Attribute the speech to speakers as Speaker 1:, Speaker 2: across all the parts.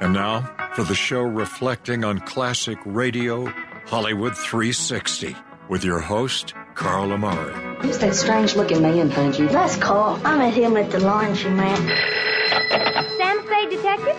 Speaker 1: And now for the show reflecting on classic radio, Hollywood 360, with your host, Carl Amari.
Speaker 2: Who's that strange looking man, Benji?
Speaker 3: That's Carl. I met him at the laundry, man.
Speaker 4: Santa Fe Detective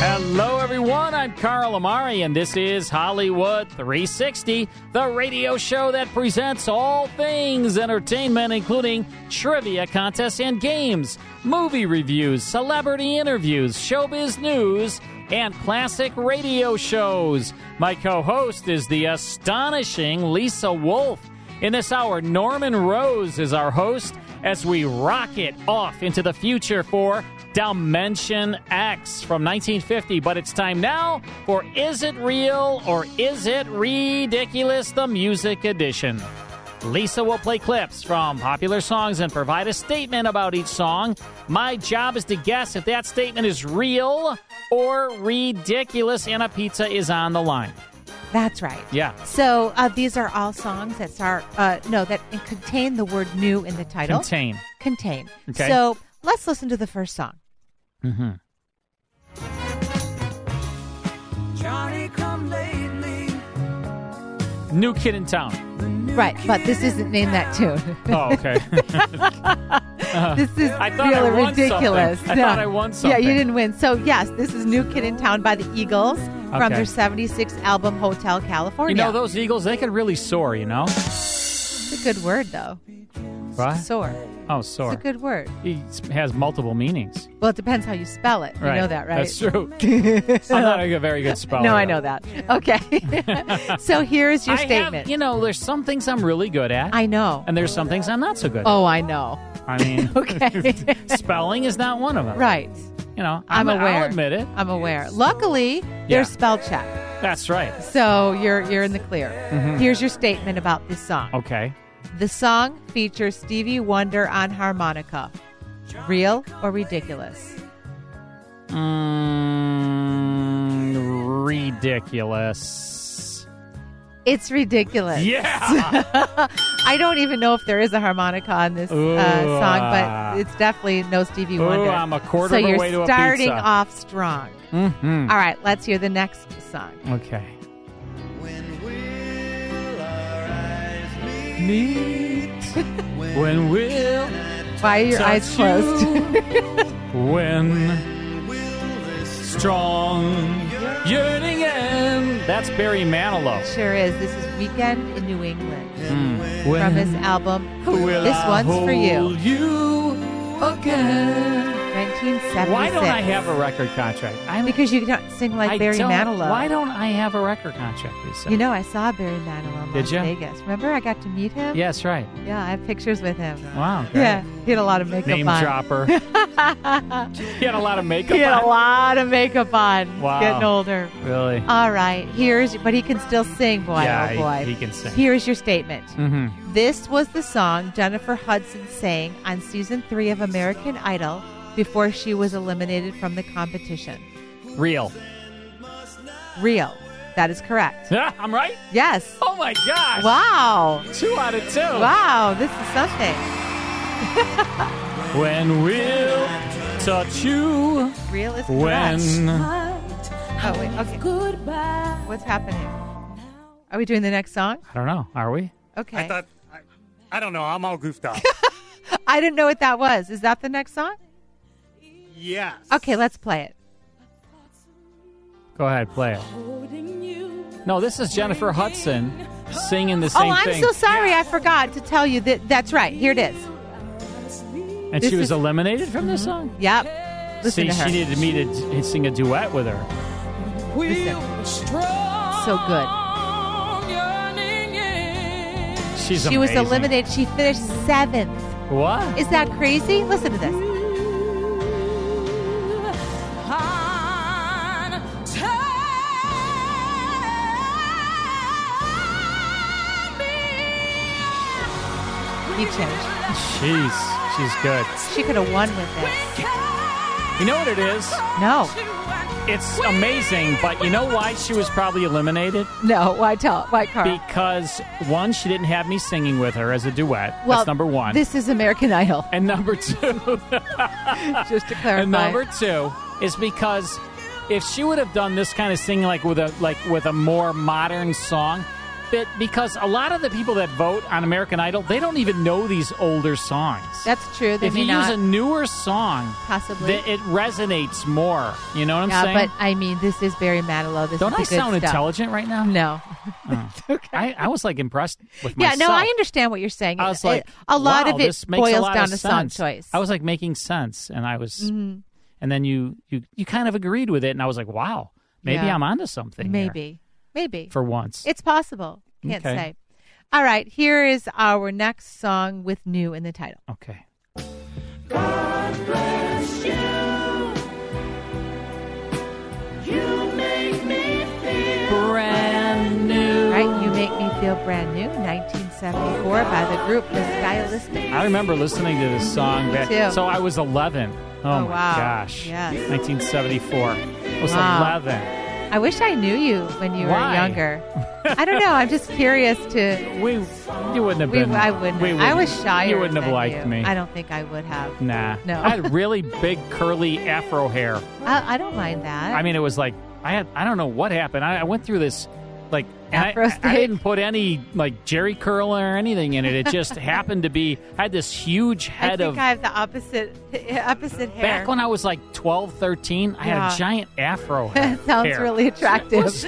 Speaker 5: Hello, everyone. I'm Carl Amari, and this is Hollywood 360, the radio show that presents all things entertainment, including trivia contests and games, movie reviews, celebrity interviews, showbiz news, and classic radio shows. My co host is the astonishing Lisa Wolf. In this hour, Norman Rose is our host as we rocket off into the future for Dimension X from 1950. But it's time now for Is It Real or Is It Ridiculous? The Music Edition. Lisa will play clips from popular songs and provide a statement about each song. My job is to guess if that statement is real or ridiculous, and a pizza is on the line.
Speaker 6: That's right.
Speaker 5: Yeah.
Speaker 6: So uh, these are all songs that start, uh, no, that contain the word new in the title.
Speaker 5: Contain.
Speaker 6: Contain.
Speaker 5: Okay.
Speaker 6: So let's listen to the first song.
Speaker 5: Mm-hmm.
Speaker 7: Johnny come lately.
Speaker 5: New kid in town.
Speaker 6: Right, but this isn't name that tune.
Speaker 5: Oh, okay. Uh-huh.
Speaker 6: this is
Speaker 5: I thought
Speaker 6: real
Speaker 5: I
Speaker 6: and
Speaker 5: won
Speaker 6: ridiculous.
Speaker 5: something. I thought I won something.
Speaker 6: Yeah, you didn't win. So yes, this is New Kid in Town by the Eagles from
Speaker 5: Okay.
Speaker 6: their '76 album Hotel California.
Speaker 5: You know, those Eagles, they could really soar, you know?
Speaker 6: It's a good word though.
Speaker 5: Right?
Speaker 6: Soar.
Speaker 5: Oh,
Speaker 6: It's a
Speaker 5: soar.
Speaker 6: good word.
Speaker 5: It has multiple meanings.
Speaker 6: Well, it depends how you spell it.
Speaker 5: Right.
Speaker 6: You know that, right?
Speaker 5: That's true. I'm not a very good speller.
Speaker 6: no, I know that. Okay. so here is your
Speaker 5: I
Speaker 6: statement.
Speaker 5: Have, you know, there's some things I'm really good at,
Speaker 6: I know.
Speaker 5: and there's some things I'm not so good
Speaker 6: Oh, I know.
Speaker 5: at. I mean,
Speaker 6: Okay.
Speaker 5: spelling is not one of them.
Speaker 6: right.
Speaker 5: You know,
Speaker 6: I'm,
Speaker 5: I'm
Speaker 6: aware.
Speaker 5: I'll admit it.
Speaker 6: I'm aware. Luckily,
Speaker 5: Yeah.
Speaker 6: there's spell check,
Speaker 5: That's right. Mm-hmm.
Speaker 6: so you're you're in the clear. Here's your statement about this song.
Speaker 5: Okay.
Speaker 6: The song features Stevie Wonder on harmonica. Real or ridiculous?
Speaker 5: Mm, ridiculous.
Speaker 6: It's ridiculous.
Speaker 5: Yeah.
Speaker 6: I don't even know if there is a harmonica on this
Speaker 5: Ooh,
Speaker 6: uh, song,
Speaker 5: ah.
Speaker 6: but it's definitely no Stevie
Speaker 5: Ooh,
Speaker 6: Wonder.
Speaker 5: I'm a quarter
Speaker 6: so
Speaker 5: of a
Speaker 6: you're
Speaker 5: way to a
Speaker 6: starting
Speaker 5: pizza.
Speaker 6: off strong.
Speaker 5: hmm
Speaker 6: All right, let's hear the next song.
Speaker 5: Okay. Meet when will
Speaker 6: Why are your
Speaker 5: touch
Speaker 6: eyes closed?
Speaker 5: you? when strong yearning and that's Barry Manilow.
Speaker 6: sure is. This is Weekend in New England
Speaker 5: Mm.
Speaker 6: from his
Speaker 5: When
Speaker 6: album.
Speaker 5: will
Speaker 6: this
Speaker 5: I
Speaker 6: one's for you.
Speaker 5: hold you again?
Speaker 6: 1976.
Speaker 5: Why don't I have a record contract? I'm
Speaker 6: Because you don't sing like
Speaker 5: I
Speaker 6: Barry
Speaker 5: don't-
Speaker 6: Manilow.
Speaker 5: Why don't I have a record contract? Lisa?
Speaker 6: You know, I saw Barry Manilow in
Speaker 5: Did
Speaker 6: Las
Speaker 5: ya?
Speaker 6: Vegas. Remember, I got to meet him.
Speaker 5: Yes, right.
Speaker 6: Yeah, I have pictures with him.
Speaker 5: Wow. great.
Speaker 6: Yeah, he had a lot of makeup
Speaker 5: Name
Speaker 6: on.
Speaker 5: dropper. he had a lot of makeup
Speaker 6: He had a
Speaker 5: on.
Speaker 6: lot of makeup on.
Speaker 5: Wow.
Speaker 6: Getting older.
Speaker 5: Really?
Speaker 8: Oh,
Speaker 6: All right, here's but he can still sing, boy,
Speaker 5: Yeah,
Speaker 6: oh
Speaker 5: he-
Speaker 6: boy.
Speaker 5: he can sing.
Speaker 6: Here's your statement.
Speaker 5: Mm-hmm.
Speaker 6: This was the song Jennifer Hudson sang on season three of American Idol before she was eliminated from the competition.
Speaker 5: Real.
Speaker 6: Real. That is correct.
Speaker 5: Yeah, I'm right.
Speaker 6: Yes.
Speaker 5: Oh my gosh.
Speaker 6: Wow.
Speaker 5: Two out of two.
Speaker 6: Wow, this is something.
Speaker 5: When will touch you?
Speaker 6: Real is correct.
Speaker 5: When
Speaker 6: Oh, wait, okay. Goodbye. What's happening? Are we doing the next song?
Speaker 5: I don't know. Are we?
Speaker 6: Okay.
Speaker 9: I thought, I, I don't know. I'm all goofed off.
Speaker 6: I didn't know what that was. Is that the next song?
Speaker 9: yes.
Speaker 6: Okay, let's play it.
Speaker 5: Go ahead, play it. No, this is Jennifer Hudson singing the same
Speaker 6: oh, I'm
Speaker 5: thing,
Speaker 6: so sorry. I forgot to tell you that. That's right. Here it is.
Speaker 5: and
Speaker 6: this
Speaker 5: she was
Speaker 6: is-
Speaker 5: eliminated from this song.
Speaker 6: Yep. Listen
Speaker 5: See,
Speaker 6: to her.
Speaker 5: she needed me to d- sing a duet with her.
Speaker 6: Listen. So good.
Speaker 5: She's
Speaker 6: She was
Speaker 5: amazing.
Speaker 6: eliminated. She finished seventh.
Speaker 5: What?
Speaker 6: Is that crazy? Listen to this. Sandwich.
Speaker 5: Jeez, she's good.
Speaker 6: She could have won with this.
Speaker 5: You know what it is?
Speaker 6: No.
Speaker 5: It's amazing, but you know why she was probably eliminated?
Speaker 6: No, why tell? Why Carl?
Speaker 5: Because one, she didn't have me singing with her as a duet. That's number one.
Speaker 6: This is American Idol.
Speaker 5: and number two,
Speaker 6: Just to clarify.
Speaker 5: and number two is because if she would have done this kind of singing, like with a like with a more modern song, that because a lot of the people that vote on American Idol, they don't even know these older songs.
Speaker 6: That's true. They
Speaker 5: if
Speaker 6: may
Speaker 5: you
Speaker 6: not
Speaker 5: use a newer song,
Speaker 6: possibly.
Speaker 5: that it resonates more. You know what I'm
Speaker 6: yeah,
Speaker 5: saying?
Speaker 6: but I mean, this is Barry Manilow. This
Speaker 5: Don't
Speaker 6: is the
Speaker 5: I
Speaker 6: good
Speaker 5: sound
Speaker 6: stuff.
Speaker 5: intelligent right now? Oh.
Speaker 6: No.
Speaker 5: I, I was like impressed with
Speaker 6: Yeah,
Speaker 5: myself.
Speaker 6: no, I understand what you're saying.
Speaker 5: I was
Speaker 6: It-
Speaker 5: like,
Speaker 6: a lot
Speaker 5: wow,
Speaker 6: of it
Speaker 5: this makes a
Speaker 6: boils
Speaker 5: lot
Speaker 6: down
Speaker 5: of
Speaker 6: to song
Speaker 5: sense.
Speaker 6: choice. Mm-hmm.
Speaker 5: I was like making sense, and I was, and then you you you kind of agreed with it, and I was like, wow, maybe
Speaker 6: Yeah.
Speaker 5: I'm onto something. here
Speaker 6: Maybe. Maybe.
Speaker 5: for once.
Speaker 6: It's possible. Can't
Speaker 5: Okay.
Speaker 6: say. All right, here is our next song with new in the title.
Speaker 5: okay. Brand new.
Speaker 6: Right? You Make Me Feel Brand New, 1974, by the group The Stylistics.
Speaker 5: I remember listening to this song back.
Speaker 6: too.
Speaker 5: So I was 11. Oh,
Speaker 6: Oh,
Speaker 5: my
Speaker 6: wow.
Speaker 5: gosh.
Speaker 6: Yes.
Speaker 5: 1974. I was
Speaker 6: Wow.
Speaker 5: 11.
Speaker 6: I wish I knew you when you
Speaker 5: Why?
Speaker 6: were younger. I don't know. I'm just curious to.
Speaker 5: We, you wouldn't have
Speaker 6: We,
Speaker 5: been.
Speaker 6: I wouldn't.
Speaker 5: we
Speaker 6: I was shy.
Speaker 5: You wouldn't have liked me.
Speaker 6: I don't think I would have.
Speaker 5: Nah.
Speaker 6: No.
Speaker 5: I had really big curly afro hair.
Speaker 6: I, I don't mind that.
Speaker 5: I mean, it was like I had. I don't know what happened. I, I went through this, like, and I,
Speaker 6: Afro
Speaker 5: I- I
Speaker 6: stage.
Speaker 5: didn't put any like Jerry curl or anything in it. It just happened to be. I had this huge
Speaker 6: I
Speaker 5: head
Speaker 6: think
Speaker 5: of.
Speaker 6: I have the opposite opposite hair.
Speaker 5: back when I was like 12, 13, I had
Speaker 6: Yeah.
Speaker 5: a giant afro hair.
Speaker 6: that sounds
Speaker 5: hair.
Speaker 6: really attractive.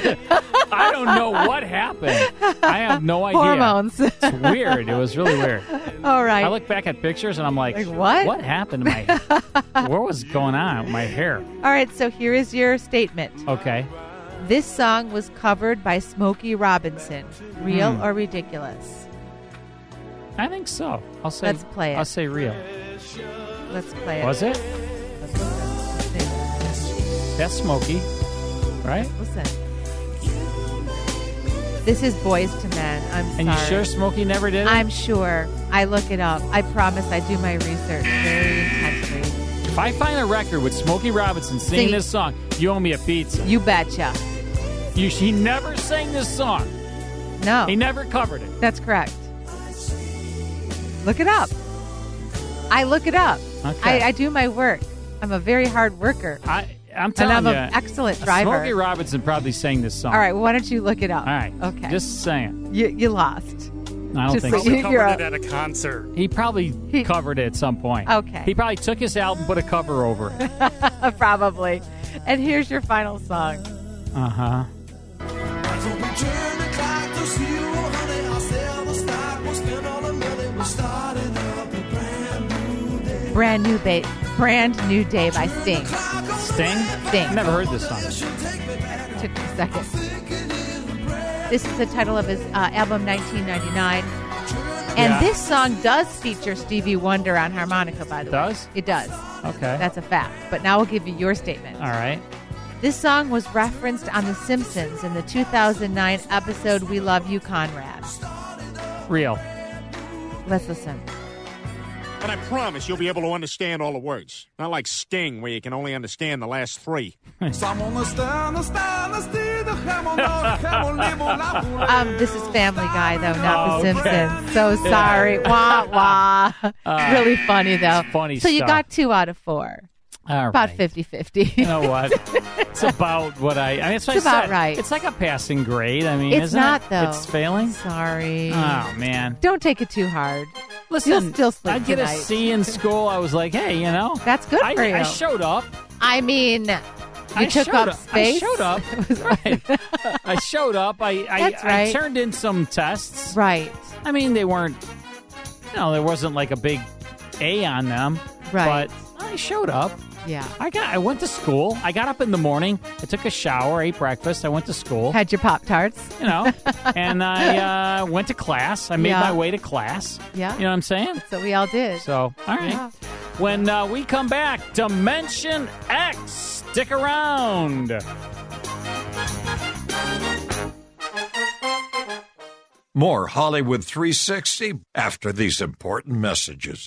Speaker 5: I don't know what happened. I have no idea.
Speaker 6: Hormones.
Speaker 5: It's weird. It was really weird.
Speaker 6: All right.
Speaker 5: I look back at pictures and I'm like,
Speaker 6: Like, what?
Speaker 5: What happened to my? what was going on with my hair?
Speaker 6: All right. So here is your statement.
Speaker 5: Okay.
Speaker 6: This song was covered by Smokey Robinson. Real
Speaker 5: Hmm.
Speaker 6: or ridiculous?
Speaker 5: I think so. I'll say.
Speaker 6: Let's play it.
Speaker 5: I'll say real.
Speaker 6: Let's play it.
Speaker 5: Was it?
Speaker 6: Let's listen.
Speaker 5: That's smoky, right?
Speaker 6: Listen. This is Boys to Men. I'm
Speaker 5: And you
Speaker 6: sorry.
Speaker 5: sure Smokey never did it?
Speaker 6: I'm sure. I look it up. I promise I do my research very intensely.
Speaker 5: if I find a record with Smokey Robinson singing
Speaker 6: Sing-
Speaker 5: this song, you owe me a pizza.
Speaker 6: You betcha.
Speaker 5: You, he never sang this song.
Speaker 6: No.
Speaker 5: He never covered it.
Speaker 6: That's correct. Look it up. I look it up.
Speaker 5: Okay.
Speaker 6: I, I do my work. I'm a very hard worker.
Speaker 5: I, I'm
Speaker 6: And
Speaker 5: telling
Speaker 6: I'm
Speaker 5: you,
Speaker 6: an excellent driver.
Speaker 5: Smokey Robinson probably sang this song.
Speaker 6: All right, why don't you look it up?
Speaker 5: All right.
Speaker 6: Okay.
Speaker 5: Just saying.
Speaker 6: you, you lost.
Speaker 5: I don't
Speaker 6: Just
Speaker 5: think
Speaker 6: so
Speaker 5: so.
Speaker 9: Probably
Speaker 6: you- you're
Speaker 9: covered
Speaker 6: a-
Speaker 9: it at a concert.
Speaker 5: He probably
Speaker 6: He-
Speaker 5: covered it at some point.
Speaker 6: Okay.
Speaker 5: He probably took his album, put a cover over it.
Speaker 6: Probably. And here's your final song.
Speaker 5: Uh huh.
Speaker 6: Brand new day, brand new day by Sting.
Speaker 5: Sting?
Speaker 6: Sting.
Speaker 5: Never heard this song.
Speaker 6: Took a second. This is the title of his uh, album 1999. And
Speaker 5: Yeah.
Speaker 6: this song does feature Stevie Wonder on harmonica, by the way.
Speaker 5: Does?
Speaker 6: It does.
Speaker 5: Okay.
Speaker 6: That's a fact. But now I'll give you your statement.
Speaker 5: All right.
Speaker 6: This song was referenced on The Simpsons in the 2009 episode We Love You, Conrad.
Speaker 5: Real.
Speaker 6: Let's listen.
Speaker 10: But I promise you'll be able to understand all the words. Not like Sting, where you can only understand the last three.
Speaker 6: Um, this is Family Guy, though, not
Speaker 5: Oh,
Speaker 6: The
Speaker 5: okay.
Speaker 6: Simpsons. So sorry. Wah, wah. really funny, though.
Speaker 5: funny
Speaker 6: So you
Speaker 5: stuff.
Speaker 6: got two out of four.
Speaker 5: All
Speaker 6: About
Speaker 5: right.
Speaker 6: 50 50.
Speaker 5: You know what? it's about what I. I mean, it's,
Speaker 6: It's about right.
Speaker 5: It's like a passing grade. I mean,
Speaker 6: It's
Speaker 5: isn't
Speaker 6: not,
Speaker 5: it?
Speaker 6: though.
Speaker 5: It's failing.
Speaker 6: Sorry.
Speaker 5: Oh man.
Speaker 6: Don't take it too hard.
Speaker 5: Listen,
Speaker 6: You'll still sleep
Speaker 5: I get
Speaker 6: tonight.
Speaker 5: a C in school. I was like, hey, you know,
Speaker 6: That's good
Speaker 5: I,
Speaker 6: for you.
Speaker 5: I showed up.
Speaker 6: I mean, you
Speaker 5: I
Speaker 6: took
Speaker 5: showed
Speaker 6: up
Speaker 5: up.
Speaker 6: space.
Speaker 5: I showed up. right. I showed up. I I,
Speaker 6: That's right.
Speaker 5: I turned in some tests.
Speaker 6: Right.
Speaker 5: I mean, they weren't. You know, there wasn't like a big A on them.
Speaker 6: Right.
Speaker 5: But I showed up.
Speaker 6: Yeah.
Speaker 5: I got. I went to school. I got up in the morning. I took a shower, ate breakfast. I went to school.
Speaker 6: Had your Pop Tarts.
Speaker 5: you know, and I uh, went to class. I made
Speaker 6: Yeah.
Speaker 5: my way to class.
Speaker 6: Yeah.
Speaker 5: You know what I'm saying?
Speaker 6: So we all did.
Speaker 5: So, all right.
Speaker 6: Yeah.
Speaker 5: When uh, we come back, Dimension X, stick around.
Speaker 1: More Hollywood 360 after these important messages.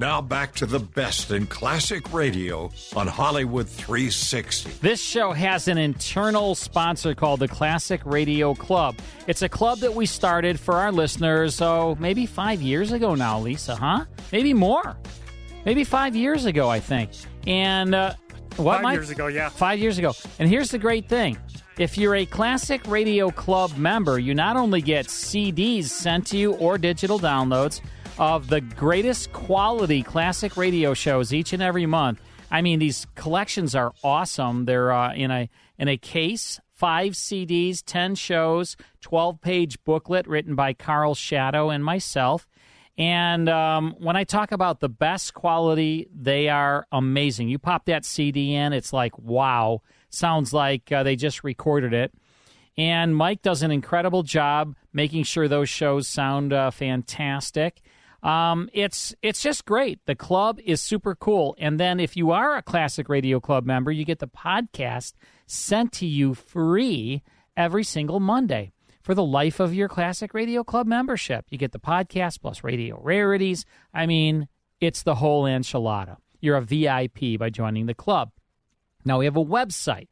Speaker 1: Now back to the best in classic radio on Hollywood 360.
Speaker 5: This show has an internal sponsor called the Classic Radio Club. It's a club that we started for our listeners, oh, maybe five years ago now, Lisa, huh? Maybe more. Maybe five years ago, I think. And uh, what,
Speaker 9: Five
Speaker 5: Mike?
Speaker 9: years ago, yeah.
Speaker 5: Five years ago. And here's the great thing. If you're a Classic Radio Club member, you not only get CDs sent to you or digital downloads of the greatest quality classic radio shows each and every month. I mean, these collections are awesome. They're uh, in a in a case, five CDs, ten shows, twelve page booklet written by Carl Shadow and myself. And um, when I talk about the best quality, they are amazing. You pop that CD in, it's like, wow, sounds like uh, they just recorded it. And Mike does an incredible job making sure those shows sound uh, fantastic. Um, it's it's just great. The club is super cool. And then if you are a Classic Radio Club member, you get the podcast sent to you free every single Monday for the life of your Classic Radio Club membership. You get the podcast plus radio rarities. I mean, it's the whole enchilada. You're a VIP by joining the club. Now we have a website.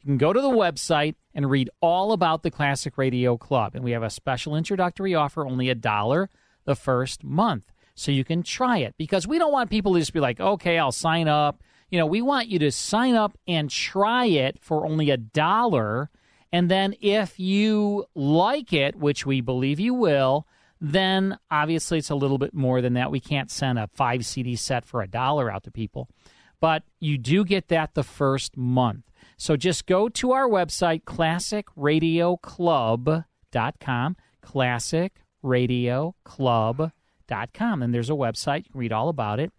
Speaker 5: You can go to the website and read all about the Classic Radio Club. And we have a special introductory offer, only a dollar the first month. So you can try it because we don't want people to just be like, okay, I'll sign up. You know, we want you to sign up and try it for only a dollar. And then if you like it, which we believe you will, then obviously it's a little bit more than that. We can't send a five CD set for a dollar out to people, but you do get that the first month. So just go to our website, classicradioclub.com, classicradioclub.com. And there's a website. You can read all about it.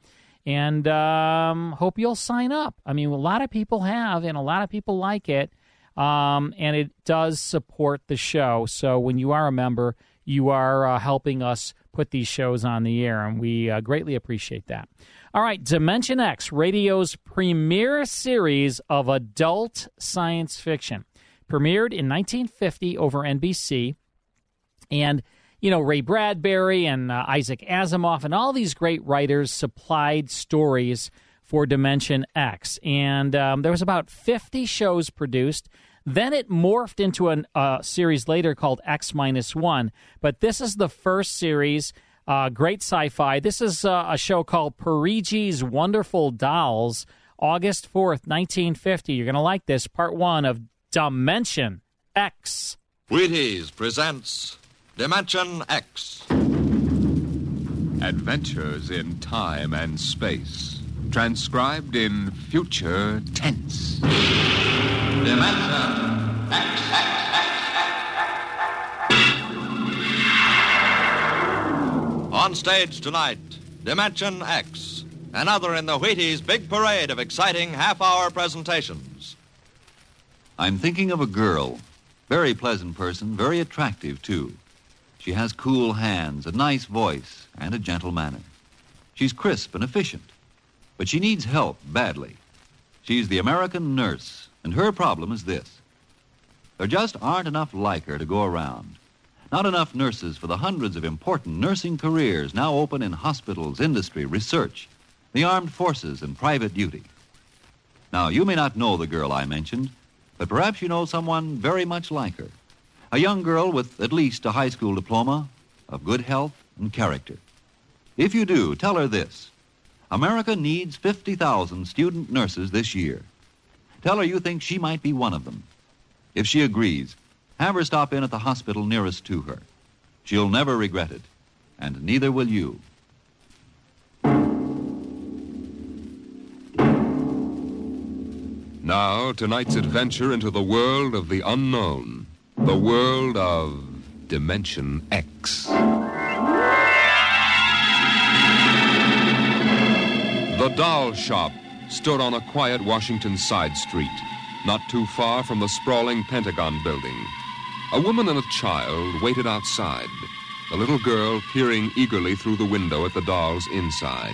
Speaker 5: And um, hope you'll sign up. I mean, a lot of people have, and a lot of people like it. Um, and it does support the show. So when you are a member, you are uh, helping us put these shows on the air, and we uh, greatly appreciate that. All right, Dimension X, radio's premier series of adult science fiction, premiered in 1950 over NBC. And, you know, Ray Bradbury and uh, Isaac Asimov and all these great writers supplied stories for Dimension X. And um, there was about 50 shows produced. Then it morphed into a uh, series later called X Minus One. But this is the first series, uh, great sci fi. This is uh, a show called Parigi's Wonderful Dolls, August 4th, 1950. You're going to like this. Part one of Dimension X.
Speaker 11: Wheaties presents Dimension X. Adventures in time and space, transcribed in future tense. Dimension On stage tonight, Dimension X, another in the Wheaties big parade of exciting half hour presentations.
Speaker 12: I'm thinking of a girl. Very pleasant person, very attractive, too. She has cool hands, a nice voice, and a gentle manner. She's crisp and efficient, but she needs help badly. She's the American nurse, and her problem is this there just aren't enough like her to go around. Not enough nurses for the hundreds of important nursing careers now open in hospitals, industry, research, the armed forces, and private duty. Now, you may not know the girl I mentioned, but perhaps you know someone very much like her. a young girl with at least a high school diploma, of good health and character. If you do, tell her this America needs 50,000 student nurses this year. Tell her you think she might be one of them. If she agrees, have her stop in at the hospital nearest to her. She'll never regret it, and neither will you.
Speaker 13: Now, tonight's adventure into the world of the unknown, the world of Dimension X. The doll shop stood on a quiet Washington side street, not too far from the sprawling Pentagon building. A woman and a child waited outside, the little girl peering eagerly through the window at the doll's inside,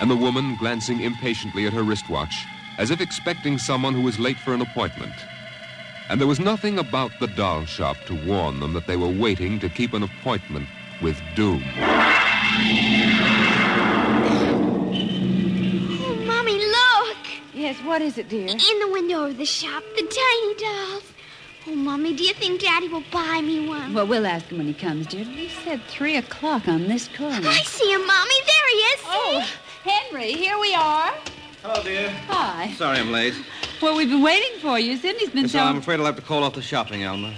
Speaker 13: and the woman glancing impatiently at her wristwatch as if expecting someone who was late for an appointment. And there was nothing about the doll shop to warn them that they were waiting to keep an appointment with doom.
Speaker 14: Oh, Mommy, look!
Speaker 15: Yes, what is it, dear?
Speaker 14: In the window of the shop, the tiny dolls. Oh, Mommy, do you think Daddy will buy me one?
Speaker 15: Well, we'll ask him when he comes, dear. He said three o'clock on this corner.
Speaker 14: I see him, Mommy. There he is.
Speaker 15: Oh, Henry, here we are.
Speaker 16: Hello, dear.
Speaker 15: Hi.
Speaker 16: Sorry I'm late.
Speaker 15: Well, we've been waiting for you. Cindy's been
Speaker 16: Yes,
Speaker 15: so.
Speaker 16: I'm afraid I'll have to call off the shopping, Alma.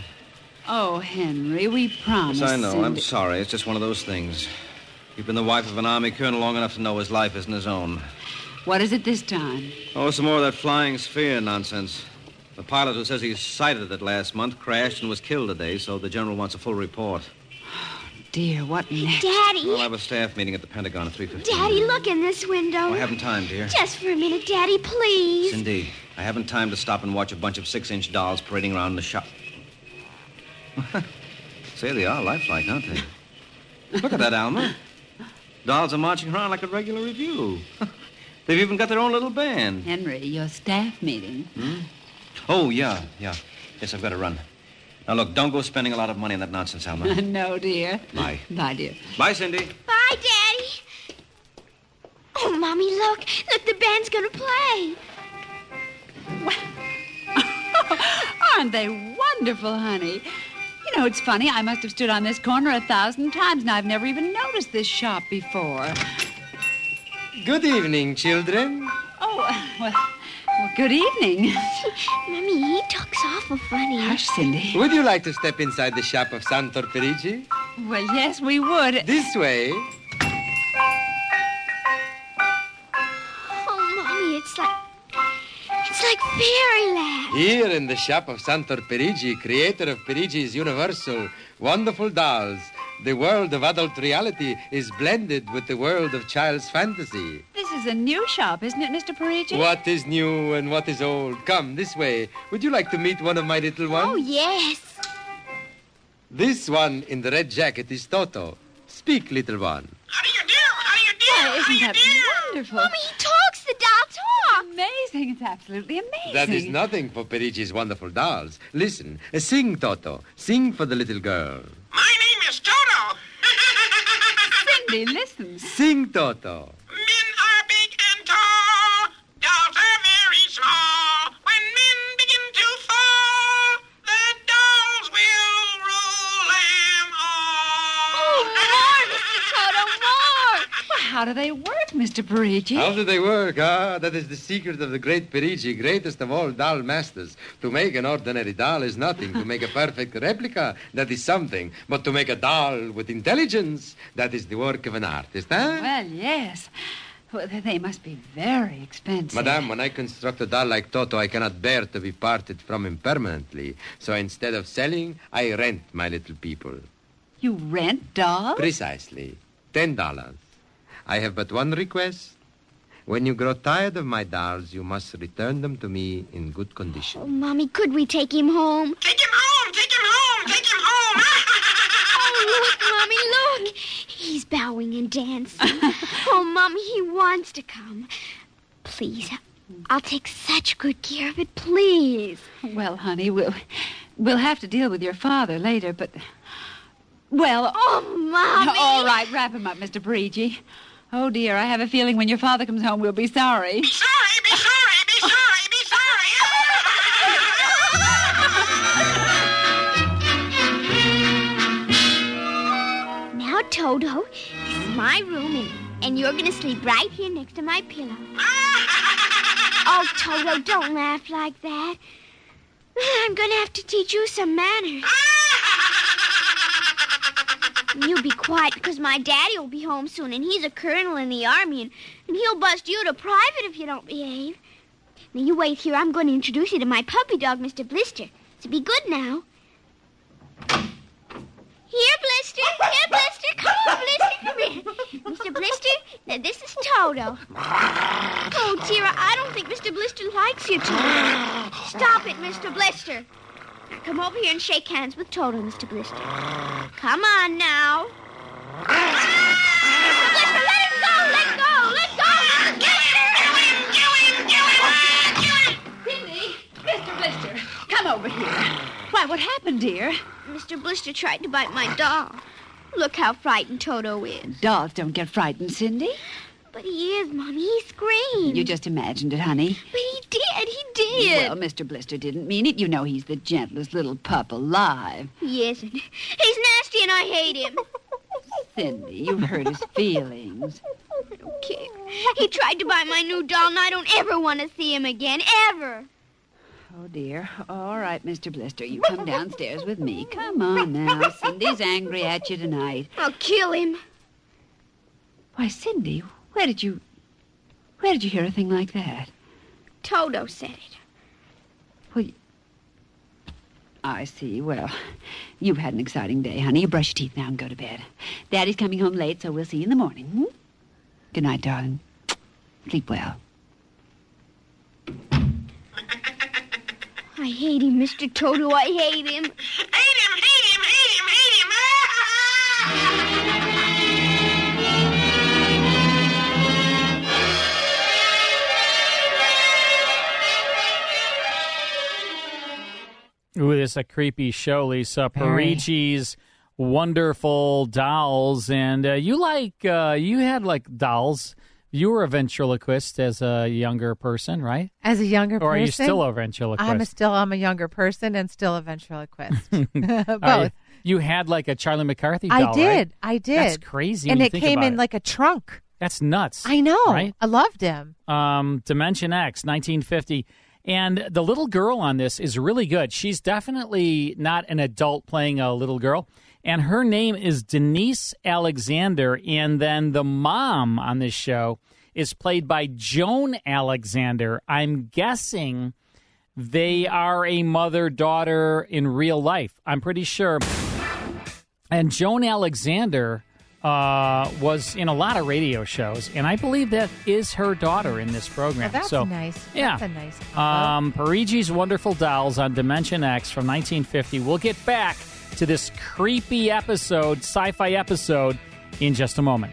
Speaker 15: Oh, Henry, we promised.
Speaker 16: Yes, I know. I'm
Speaker 15: Cindy-
Speaker 16: sorry. It's just one of those things. You've been the wife of an army colonel long enough to know his life isn't his own.
Speaker 15: What is it this time?
Speaker 16: Oh, some more of that flying sphere nonsense. The pilot who says he sighted it last month crashed and was killed today, so the general wants a full report.
Speaker 15: Dear, what next?
Speaker 14: Daddy,
Speaker 16: We'll have a staff meeting at the Pentagon at 3.15.
Speaker 14: Daddy, look in this window.
Speaker 16: Oh, I haven't time, dear.
Speaker 14: Just for a minute, Daddy, please.
Speaker 16: Cindy, I haven't time to stop and watch a bunch of six-inch dolls parading around the shop. Say, they are lifelike, aren't they? Look at that, Alma. Dolls are marching around like a regular review. They've even got their own little band.
Speaker 15: Henry, your staff meeting.
Speaker 16: Oh, yeah, yeah. Yes, I've got to run. Now, look, don't go spending a lot of money on that nonsense, Alma.
Speaker 15: no, dear.
Speaker 16: Bye.
Speaker 15: Bye, dear.
Speaker 16: Bye, Cindy.
Speaker 14: Bye, Daddy. Oh, Mommy, look. Look, the band's going to play.
Speaker 15: Aren't they wonderful, honey? You know, it's funny. I must have stood on this corner a thousand times, and I've never even noticed this shop before.
Speaker 17: Good evening, children.
Speaker 15: Oh, well, well good evening.
Speaker 14: Mommy, he talks awful funny.
Speaker 15: Hush, Cindy.
Speaker 17: Would you like to step inside the shop of Santor Perigi?
Speaker 15: Well, yes, we would.
Speaker 17: This way.
Speaker 14: Oh, Mommy, it's like. It's like fairyland.
Speaker 17: Here in the shop of Santor Perigi, creator of Perigi's Universal, wonderful dolls, the world of adult reality is blended with the world of child's fantasy.
Speaker 15: This is a new shop, isn't it, Mr. Parigi?
Speaker 17: What is new and what is old? Come this way. Would you like to meet one of my little ones?
Speaker 14: Oh, yes.
Speaker 17: This one in the red jacket is Toto. Speak, little one.
Speaker 15: Why, isn't that wonderful?
Speaker 14: Mommy, he talks. The doll talks.
Speaker 15: Amazing. It's absolutely amazing.
Speaker 17: That is nothing for Perigi's wonderful dolls. Listen, uh, sing, Toto. Sing for the little girl.
Speaker 15: Cindy, listen.
Speaker 17: Sing, Toto.
Speaker 15: Oh, more, Mr. Toto, more. Well, how do they work, Mr. Parigi?
Speaker 17: How do they work? Ah, that is the secret of the great Perigi, greatest of all doll masters. To make an ordinary doll is nothing. to make a perfect replica, that is something. But to make a doll with intelligence, that is the work of an artist, eh?
Speaker 15: Well, yes. Well, they- they must be very expensive.
Speaker 17: Madame, when I construct a doll like Toto, I cannot bear to be parted from him permanently. So instead of selling, I rent my little people.
Speaker 15: You rent dolls?
Speaker 17: Precisely. Ten dollars. I have but one request. When you grow tired of my dolls, you must return them to me in good condition.
Speaker 14: Oh, Mommy, could we take him home? Take him home. Take him home. Take him home. oh, look, Mommy, look. He's bowing and dancing. oh, Mommy, he wants to come. Please, I'll take such good care of it, please.
Speaker 15: Well, honey, we'll, we'll have to deal with your father later, but. Well.
Speaker 14: Oh, Mommy!
Speaker 15: All right, wrap him up, Mr. Parigi. Oh, dear, I have a feeling when your father comes home, we'll be sorry. Be
Speaker 14: Ah!
Speaker 15: sorry, be sorry, be sorry, be sorry.
Speaker 14: Toto. This is my room, and, and you're going to sleep right here next to my pillow. oh, Toto, don't laugh like that. I'm going to have to teach you some manners. And you be quiet because my daddy will be home soon, and he's a colonel in the army, and, and he'll bust you to private if you don't behave. Now, you wait here. I'm going to introduce you to my puppy dog, Mr. Blister. So be good now. Here, Blister. Here, Blister. Come on, Blister. Come here. Mr. Blister, now this is Toto. Oh, Tira, I don't think Mr. Blister likes you, Tira. Stop it, Mr. Blister. Now come over here and shake hands with Toto, Mr. Blister. Come on now. Mr. Blister, let him go. Let go. Let go. Mr. Blister.
Speaker 15: Really? Mr. Blister, come over here. Why, what happened, dear?
Speaker 14: Mr. Blister tried to bite my doll. Look how frightened Toto is.
Speaker 15: Dolls don't get frightened, Cindy.
Speaker 14: But he is, Mommy. He screamed.
Speaker 15: You just imagined it, honey.
Speaker 14: But he did. He did.
Speaker 15: Well, Mr. Blister didn't mean it. You know he's the gentlest little pup alive.
Speaker 14: He isn't. He's nasty, and I hate him.
Speaker 15: Cindy, you've hurt his feelings.
Speaker 14: I don't care. He tried to buy my new doll, and I don't ever want to see him again, ever.
Speaker 15: Oh, dear. All right, Mr. Blister, you come downstairs with me. Come on now. Cindy's angry at you tonight.
Speaker 14: I'll kill him.
Speaker 15: Why, Cindy, where did you. Where did you hear a thing like that?
Speaker 14: Toto said it.
Speaker 15: Well, you... I see. Well, you've had an exciting day, honey. You brush your teeth now and go to bed. Daddy's coming home late, so we'll see you in the morning. Hmm? Good night, darling. Sleep well.
Speaker 14: I hate him, Mr. Toto. I hate
Speaker 18: Hate him, hate
Speaker 14: him.
Speaker 18: him, hate him, hate him.
Speaker 5: Ooh, this is a creepy show, Lisa. Parici's wonderful dolls, and uh, you like uh, you had like dolls. You were a ventriloquist as a younger person, right?
Speaker 19: As a younger
Speaker 5: Or are
Speaker 19: person,
Speaker 5: you still a ventriloquist?
Speaker 19: I'm a still I'm a younger person and still a ventriloquist. Both.
Speaker 5: Are you- You, had like a Charlie McCarthy doll.
Speaker 19: I did.
Speaker 5: right?
Speaker 19: I did.
Speaker 5: That's crazy.
Speaker 19: And
Speaker 5: when you
Speaker 19: it
Speaker 5: think
Speaker 19: came
Speaker 5: about
Speaker 19: in
Speaker 5: it.
Speaker 19: like a trunk.
Speaker 5: That's nuts.
Speaker 19: I know.
Speaker 5: Right?
Speaker 19: I loved him.
Speaker 5: um, Dimension X, 1950. And the little girl on this is really good. She's definitely not an adult playing a little girl. And her name is Denise Alexander. And then the mom on this show is played by Joan Alexander. I'm guessing they are a mother daughter in real life. I'm pretty sure. And Joan Alexander uh, was in a lot of radio shows, and I believe that is her daughter in this program.
Speaker 19: Oh, that's
Speaker 5: so,
Speaker 19: nice.
Speaker 5: Yeah.
Speaker 19: That's a nice combo.
Speaker 5: Um, Parigi's Wonderful Dolls on Dimension X from 1950. We'll get back to this creepy episode, sci fi episode, in just a moment.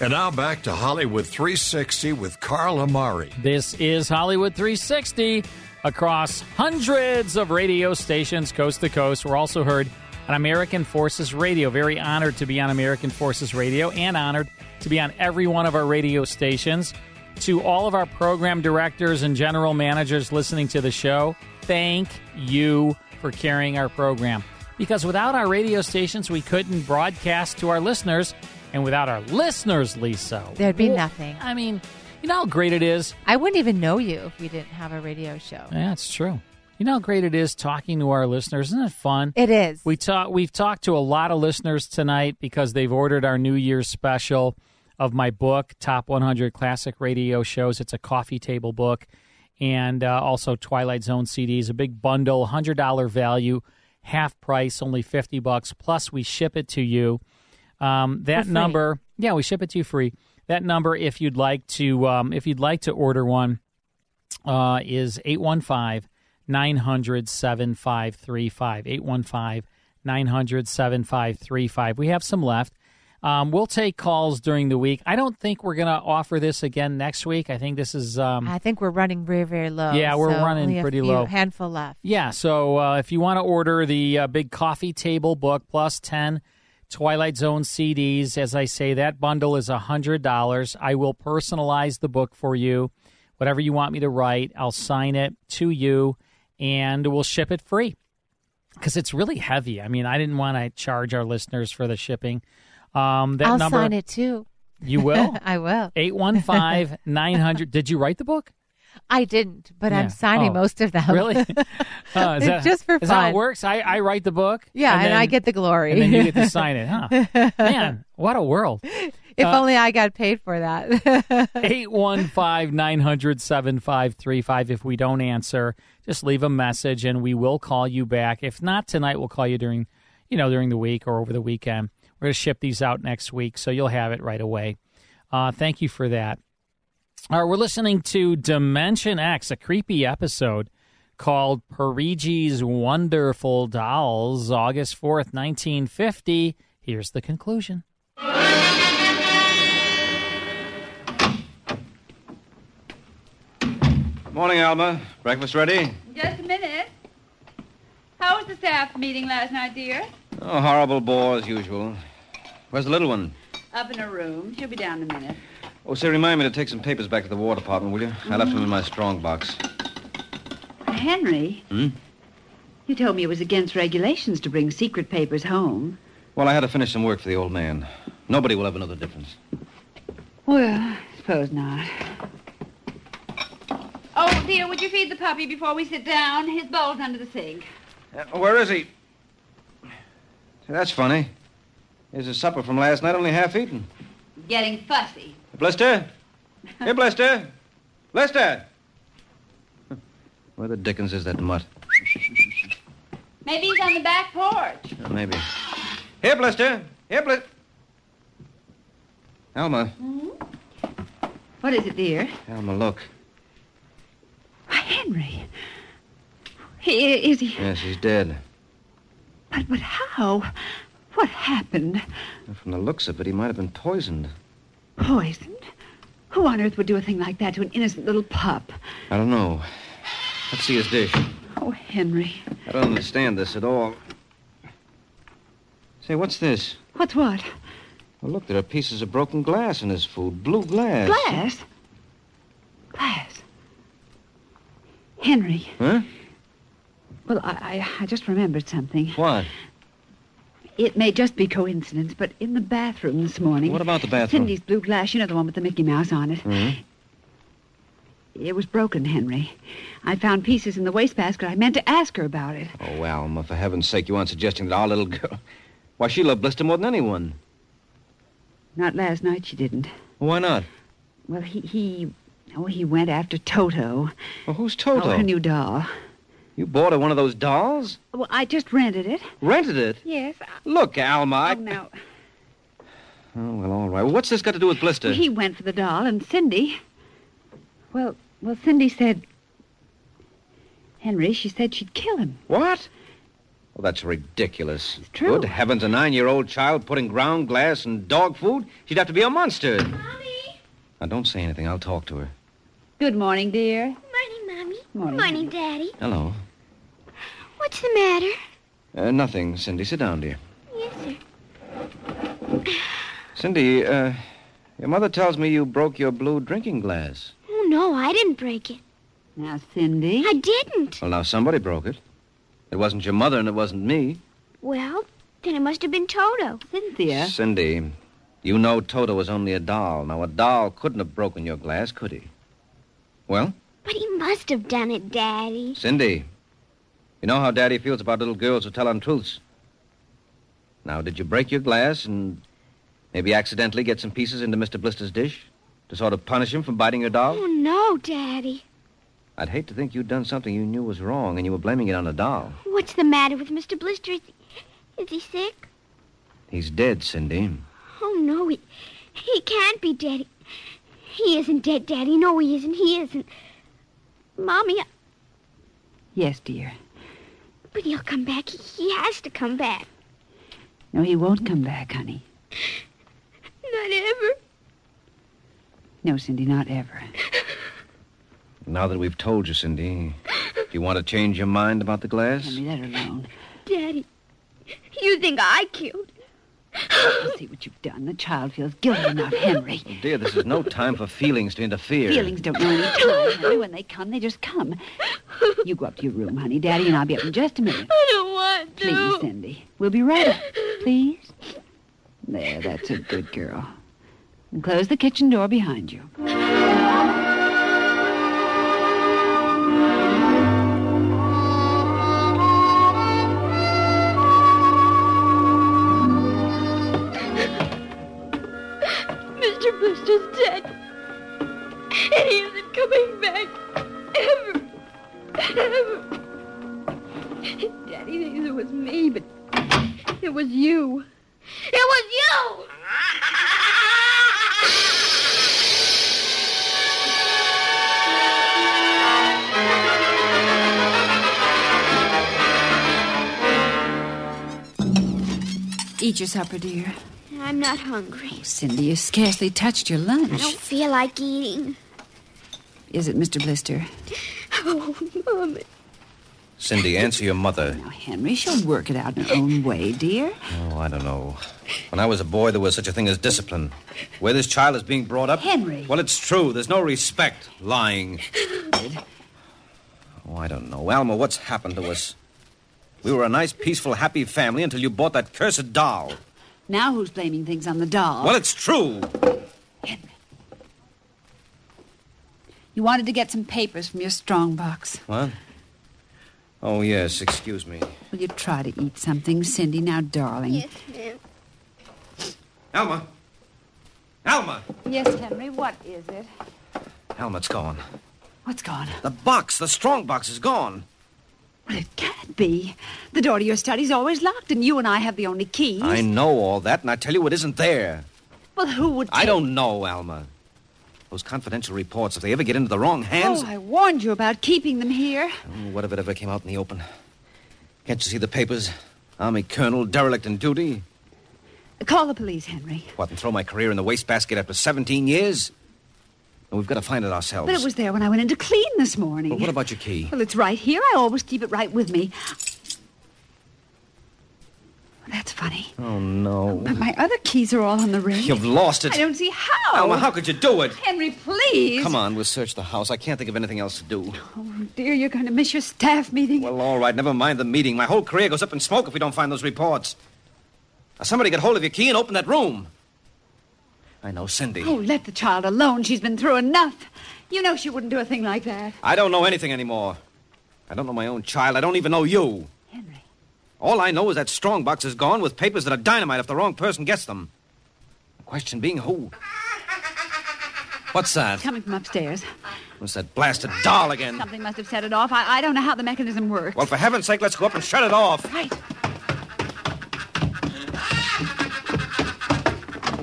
Speaker 1: And now back to Hollywood 360 with Carl Amari.
Speaker 5: This is Hollywood 360 across hundreds of radio stations coast to coast. We're also heard on American Forces Radio. Very honored to be on American Forces Radio and honored to be on every one of our radio stations. To all of our program directors and general managers listening to the show, thank you for carrying our program. Because without our radio stations, we couldn't broadcast to our listeners. And without our listeners, Lisa,
Speaker 19: There'd be
Speaker 5: wh-
Speaker 19: nothing.
Speaker 5: I mean, you know how great it is?
Speaker 19: I wouldn't even know you if we didn't have a radio show.
Speaker 5: Yeah, it's true. You know how great it is talking to our listeners. Isn't it fun?
Speaker 6: It is.
Speaker 5: We talk. We've talked to a lot of listeners tonight because they've ordered our New Year's special of my book, Top 100 Classic Radio Shows. It's a coffee table book, and uh, also Twilight Zone CDs. A big bundle, hundred dollar value, half price, only fifty bucks. Plus, we ship it to you. Um, that
Speaker 4: free.
Speaker 5: number, yeah, we ship it to you free. That number, if you'd like to, um, if you'd like to order one, uh, is 815 900 7535. 815 900 7535. We have some left. Um, we'll take calls during the week. I don't think we're going to offer this again next week. I think this is. Um,
Speaker 6: I think we're running very, very low.
Speaker 5: Yeah, we're
Speaker 6: so
Speaker 5: running
Speaker 6: only a
Speaker 5: pretty
Speaker 6: few-
Speaker 5: low.
Speaker 6: Handful left.
Speaker 5: yeah, so uh, if you want to order the uh, big coffee table book plus 10 Twilight Zone CDs, as I say, that bundle is $100. I will personalize the book for you. Whatever you want me to write, I'll sign it to you and we'll ship it free because it's really heavy. I mean, I didn't want to charge our listeners for the shipping. Um, that
Speaker 6: I'll
Speaker 5: number,
Speaker 6: sign it too.
Speaker 5: You will?
Speaker 6: I will.
Speaker 5: 815 900. Did you write the book?
Speaker 6: I didn't, but
Speaker 5: Yeah.
Speaker 6: I'm signing
Speaker 5: Oh.
Speaker 6: most of them.
Speaker 5: Really? Uh, is that-
Speaker 6: Just for
Speaker 5: Is that how
Speaker 6: fun.
Speaker 5: it works? I, I write the book.
Speaker 6: Yeah, and, I
Speaker 5: then-
Speaker 6: get the glory.
Speaker 5: And then you get to sign it, huh? Man, what a world.
Speaker 6: If
Speaker 5: Uh,
Speaker 6: only I got paid for that.
Speaker 5: 815 900 7535. If we don't answer, just leave a message and we will call you back. If not tonight, we'll call you during, you know, during the week or over the weekend. We're going to ship these out next week, so you'll have it right away. Uh, thank you for that. All right, we're listening to Dimension X, a creepy episode called Parigi's Wonderful Dolls, August 4th, 1950. Here's the conclusion.
Speaker 16: Morning, Alma. Breakfast ready?
Speaker 15: Just a minute. How was the staff meeting last night, dear?
Speaker 16: Oh, horrible bore as usual. Where's the little one?
Speaker 15: Up in her room. She'll be down in a minute.
Speaker 16: Oh, say, remind me to take some papers back to the War Department, will you? I left them in my strong box.
Speaker 15: Henry,
Speaker 16: Hmm?
Speaker 15: you told me it was against regulations to bring secret papers home.
Speaker 16: Well, I had to finish some work for the old man. Nobody will ever know the difference.
Speaker 15: Well, suppose not. Oh, dear, would you feed the puppy before we sit down? His bowl's under the sink.
Speaker 16: Uh, where is he? Say, that's funny. Here's his supper from last night, only half eaten.
Speaker 15: Getting fussy.
Speaker 16: Blister? Here, Blister. Blister! Where the dickens is that mutt?
Speaker 15: Maybe he's on the back porch.
Speaker 16: Uh, Maybe. Here, Blister. Here, Blister. Alma.
Speaker 15: Hmm? What is it, dear?
Speaker 16: Alma, look.
Speaker 15: Why, Henry. He, is he?
Speaker 16: Yes, he's dead.
Speaker 15: But, but how? What happened?
Speaker 16: From the looks of it, he might have been poisoned.
Speaker 15: Poisoned? Who on earth would do a thing like that to an innocent little pup?
Speaker 16: I don't know. Let's see his dish.
Speaker 15: Oh, Henry.
Speaker 16: I don't understand this at all. Say, what's this?
Speaker 15: What's what?
Speaker 16: Well, look, there are pieces of broken glass in his food. Blue glass.
Speaker 15: Glass? Glass. Henry.
Speaker 16: Huh?
Speaker 15: Well, I, I, I just remembered something.
Speaker 16: What?
Speaker 15: It may just be coincidence, but in the bathroom this morning.
Speaker 16: What about the bathroom?
Speaker 15: Cindy's blue glass, you know the one with the Mickey Mouse on it.
Speaker 16: Hmm?
Speaker 15: It was broken, Henry. I found pieces in the wastebasket. I meant to ask her about it.
Speaker 16: Oh, Alma, for heaven's sake, you aren't suggesting that our little girl. Why, she loved Blister more than anyone.
Speaker 15: Not last night, she didn't.
Speaker 16: Why not?
Speaker 15: Well, he. he oh, he went after Toto.
Speaker 16: Well, who's Toto?
Speaker 15: Oh, her new doll.
Speaker 16: You bought her one of those dolls?
Speaker 15: Well, I just rented it.
Speaker 16: Rented it?
Speaker 15: Yes.
Speaker 16: Look, Alma.
Speaker 15: Oh,
Speaker 16: I...
Speaker 15: now.
Speaker 16: Oh, well, all right. Well, what's this got to do with Blister?
Speaker 15: He went for the doll, and Cindy. Well, well, Cindy said. Henry, she said she'd kill him.
Speaker 16: What? Well, Oh, that's ridiculous. It's
Speaker 15: true.
Speaker 16: Good heavens, a nine-year-old child putting ground glass and dog food? She'd have to be a monster. Now, don't say anything. I'll talk to her.
Speaker 15: Good morning, dear.
Speaker 14: Morning, Mommy.
Speaker 16: Morning.
Speaker 14: Morning, Daddy.
Speaker 16: Hello.
Speaker 14: What's the matter?
Speaker 16: Uh, nothing, Cindy. Sit down, dear.
Speaker 14: Yes, sir.
Speaker 16: Cindy, uh, your mother tells me you broke your blue drinking glass.
Speaker 14: Oh, no, I didn't break it.
Speaker 15: Now, Cindy.
Speaker 14: I didn't.
Speaker 16: Well, now somebody broke it. It wasn't your mother and it wasn't me.
Speaker 14: Well, then it must have been Toto.
Speaker 15: Cynthia.
Speaker 16: Cindy, you know Toto was only a doll. Now, a doll couldn't have broken your glass, could he? Well,
Speaker 14: But he must have done it, Daddy.
Speaker 16: Cindy, You know how Daddy feels about little girls who tell untruths. Now, did you break your glass and maybe accidentally get some pieces into Mr. Blister's dish to sort of punish him for biting your doll?
Speaker 14: Oh, no, Daddy.
Speaker 16: I'd hate to think you'd done something you knew was wrong and you were blaming it on a doll.
Speaker 14: What's the matter with Mr. Blister? Is he, is he sick?
Speaker 16: He's dead, Cindy.
Speaker 14: Oh, no, he, he can't be dead. He isn't dead, Daddy. No, he isn't. He isn't. Mommy, I-
Speaker 15: Yes, dear.
Speaker 14: but he'll come back. He, he has to come back.
Speaker 15: No, he won't come back, honey.
Speaker 14: Not ever.
Speaker 15: No, Cindy, not ever.
Speaker 16: Now that we've told you, Cindy, do you want to change your mind about the glass?
Speaker 15: Leave that alone.
Speaker 14: Daddy, you think I killed?
Speaker 15: I see what you've done. The child feels guilty enough, Henry.
Speaker 16: Oh, dear, this is no time for feelings to interfere.
Speaker 15: Feelings don't know any time, Henry. When they come, they just come. You go up to your room, honey. Daddy and I'll be up in just a minute.
Speaker 14: I don't want to.
Speaker 15: Please, Cindy. We'll be right up. Please. There, that's a good girl. And close the kitchen door behind you.
Speaker 14: Mr. Blister's dead. And he isn't coming back. Ever. Ever. Daddy thinks it was me, but it was you. It was you!
Speaker 15: Eat your supper, dear.
Speaker 14: I'm not hungry.
Speaker 15: Cindy, you scarcely touched your lunch.
Speaker 14: I don't feel like eating.
Speaker 15: Is it Mr. Blister?
Speaker 14: Oh, Mommy.
Speaker 16: Cindy, answer your mother.
Speaker 15: Henry, she'll work it out in her own way, dear.
Speaker 16: Oh, I don't know. When I was a boy, there was such a thing as discipline. Where this child is being brought up.
Speaker 15: Henry.
Speaker 16: Well, it's true. There's no respect. Lying. Oh, I don't know. Alma, what's happened to us? We were a nice, peaceful, happy family until you bought that cursed doll.
Speaker 15: Now who's blaming things on the doll?
Speaker 16: Well, it's true.
Speaker 15: You wanted to get some papers from your strong box.
Speaker 16: What? Oh, yes, excuse me.
Speaker 15: Will you try to eat something, Cindy? Now, darling.
Speaker 16: Alma! Alma!
Speaker 15: Yes, Henry, what is it?
Speaker 16: Alma, it's gone.
Speaker 15: What's gone?
Speaker 16: The box, the strong box, is gone.
Speaker 15: Well, it can't be. The door to your study's always locked, and you and I have the only keys.
Speaker 16: I know all that, and I tell you it isn't there.
Speaker 15: Well, who would.
Speaker 16: I don't know, Alma. Those confidential reports, if they ever get into the wrong hands.
Speaker 15: Oh, I warned you about keeping them here.
Speaker 16: Oh, What if it ever came out in the open? Can't you see the papers? Army colonel, derelict in duty.
Speaker 15: Call the police, Henry.
Speaker 16: What, and throw my career in the wastebasket after 17 years? And we've got to find it ourselves.
Speaker 15: But it was there when I went in to clean this morning.
Speaker 16: Well, what about your key?
Speaker 15: Well, it's right here. I always keep it right with me. That's funny.
Speaker 16: Oh, no.
Speaker 15: But my other keys are all on the ring.
Speaker 16: You've lost it.
Speaker 15: I don't see how.
Speaker 16: Alma, how could you do it?
Speaker 15: Henry, please.
Speaker 16: Come on, we'll search the house. I can't think of anything else to do.
Speaker 15: Oh, dear, you're going to miss your staff meeting.
Speaker 16: Well, all right, never mind the meeting. My whole career goes up in smoke if we don't find those reports. Now, somebody get hold of your key and open that room. I know Cindy.
Speaker 15: Oh, let the child alone. She's been through enough. You know she wouldn't do a thing like that.
Speaker 16: I don't know anything anymore. I don't know my own child. I don't even know you. Henry. All I know is that strong box is gone with papers that are dynamite if the wrong person gets them. The question being who? What's that?
Speaker 15: Coming from upstairs.
Speaker 16: What's that blasted doll again?
Speaker 15: Something must have set it off. I, I don't know how the mechanism works.
Speaker 16: Well, for heaven's sake, let's go up and shut it off.
Speaker 15: Right.
Speaker 2: Dodo, Dodo, Dodo,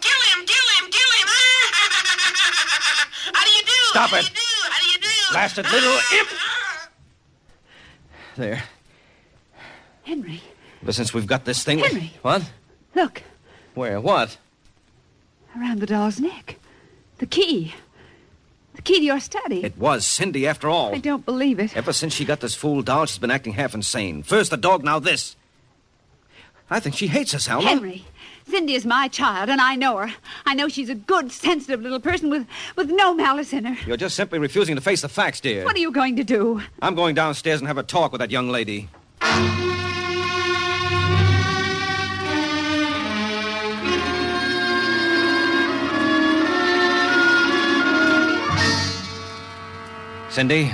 Speaker 2: kill him, kill him, kill him. How do you do?
Speaker 16: Stop
Speaker 2: How do
Speaker 16: it.
Speaker 2: you do? How do you do?
Speaker 16: Blasted little imp. There.
Speaker 15: Henry,
Speaker 16: But since we've got this thing.
Speaker 15: Henry.
Speaker 16: What?
Speaker 15: look.
Speaker 16: Where? What?
Speaker 15: Around the doll's neck. The key. The key to your study.
Speaker 16: It was Cindy after all.
Speaker 15: I don't believe it.
Speaker 16: Ever since she got this fool doll, she's been acting half insane. First the dog, now this. I think she hates us, Alma.
Speaker 15: Henry, Cindy is my child, and I know her. I know she's a good, sensitive little person with, with no malice in her.
Speaker 16: You're just simply refusing to face the facts, dear.
Speaker 15: What are you going to do?
Speaker 16: I'm going downstairs and have a talk with that young lady. Cindy,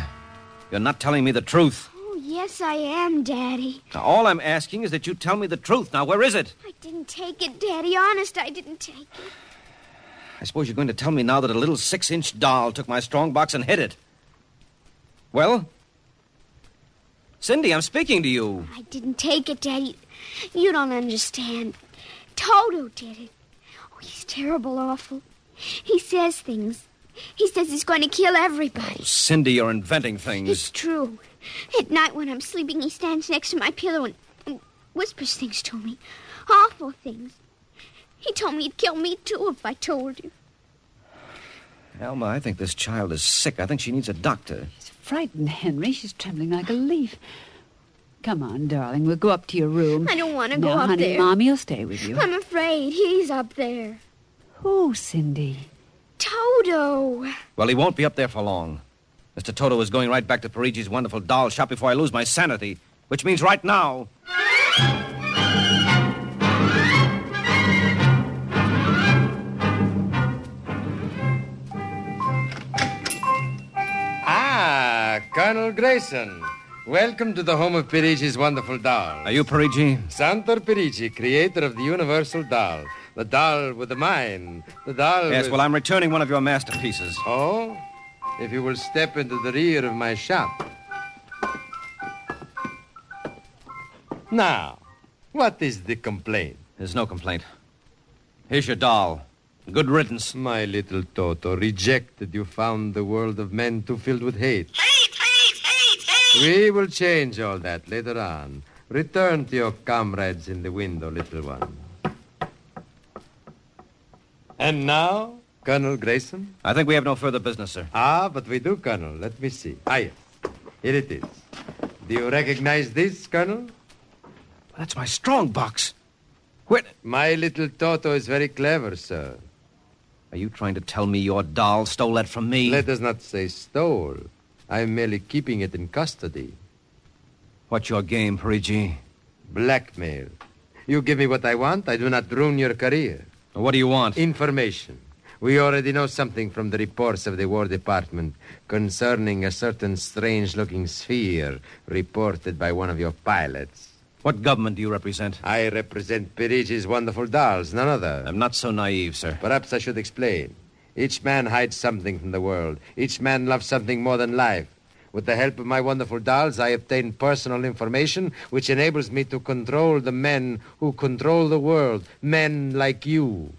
Speaker 16: You're not telling me the truth.
Speaker 14: Oh, yes, I am, Daddy.
Speaker 16: Now, all I'm asking is that you tell me the truth. Now, where is it?
Speaker 14: I didn't take it, Daddy. Honest, I didn't take it.
Speaker 16: I suppose you're going to tell me now that a little six inch doll took my strong box and hid it. Well? Cindy, I'm speaking to you.
Speaker 14: I didn't take it, Daddy. You don't understand. Toto did it. Oh, he's terrible, awful. He says things. He says he's going to kill everybody.
Speaker 16: Cindy, you're inventing
Speaker 14: It's
Speaker 16: things.
Speaker 14: true. At night when I'm sleeping, he stands next to my pillow and, and whispers things to me. Awful things. He told me he'd kill me, too, if I told him.
Speaker 16: Alma, I think this child is sick. I think she needs a doctor.
Speaker 15: Frightened, Henry. She's trembling like a leaf. Come on, darling. We'll go up to your room.
Speaker 14: I don't want to go
Speaker 15: no,
Speaker 14: up
Speaker 15: honey,
Speaker 14: there.
Speaker 15: Mommy will stay with you.
Speaker 14: I'm afraid he's up there.
Speaker 15: Who, Cindy?
Speaker 14: Toto.
Speaker 16: Well, he won't be up there for long. Mr. Toto is going right back to Parigi's wonderful doll shop before I lose my sanity, which means right now.
Speaker 17: Ah, Colonel Grayson. Welcome to the home of Pirigi's wonderful doll.
Speaker 16: Are you Parigi?
Speaker 17: Santor Pirigi, creator of the universal doll. The doll with the mind. The doll
Speaker 16: Yes,
Speaker 17: with...
Speaker 16: well, I'm returning one of your masterpieces.
Speaker 17: Oh? If you will step into the rear of my shop. Now, what is the complaint?
Speaker 16: There's no complaint. Here's your doll. Good riddance.
Speaker 17: My little Toto, rejected, you found the world of men too filled with hate. We will change all that later on. Return to your comrades in the window, little one. And now, Colonel Grayson?
Speaker 16: I think we have no further business, sir.
Speaker 17: Ah, but we do, Colonel. Let me see. Ah, yes. Here it is. Do you recognize this, Colonel?
Speaker 16: That's my strong box.
Speaker 17: What? My little Toto is very clever, sir.
Speaker 16: Are you trying to tell me your doll stole that from me?
Speaker 17: Let us not say stole. I'm merely keeping it in custody.
Speaker 16: What's your game, Parigi?
Speaker 17: Blackmail. You give me what I want, I do not ruin your career.
Speaker 16: What do you want?
Speaker 17: Information. We already know something from the reports of the War Department concerning a certain strange looking sphere reported by one of your pilots.
Speaker 16: What government do you represent?
Speaker 17: I represent Pirigi's wonderful dolls, none other.
Speaker 16: I'm not so naive, sir.
Speaker 17: Perhaps I should explain. Each man hides something from the world. Each man loves something more than life. With the help of my wonderful dolls, I obtain personal information which enables me to control the men who control the world. Men like you.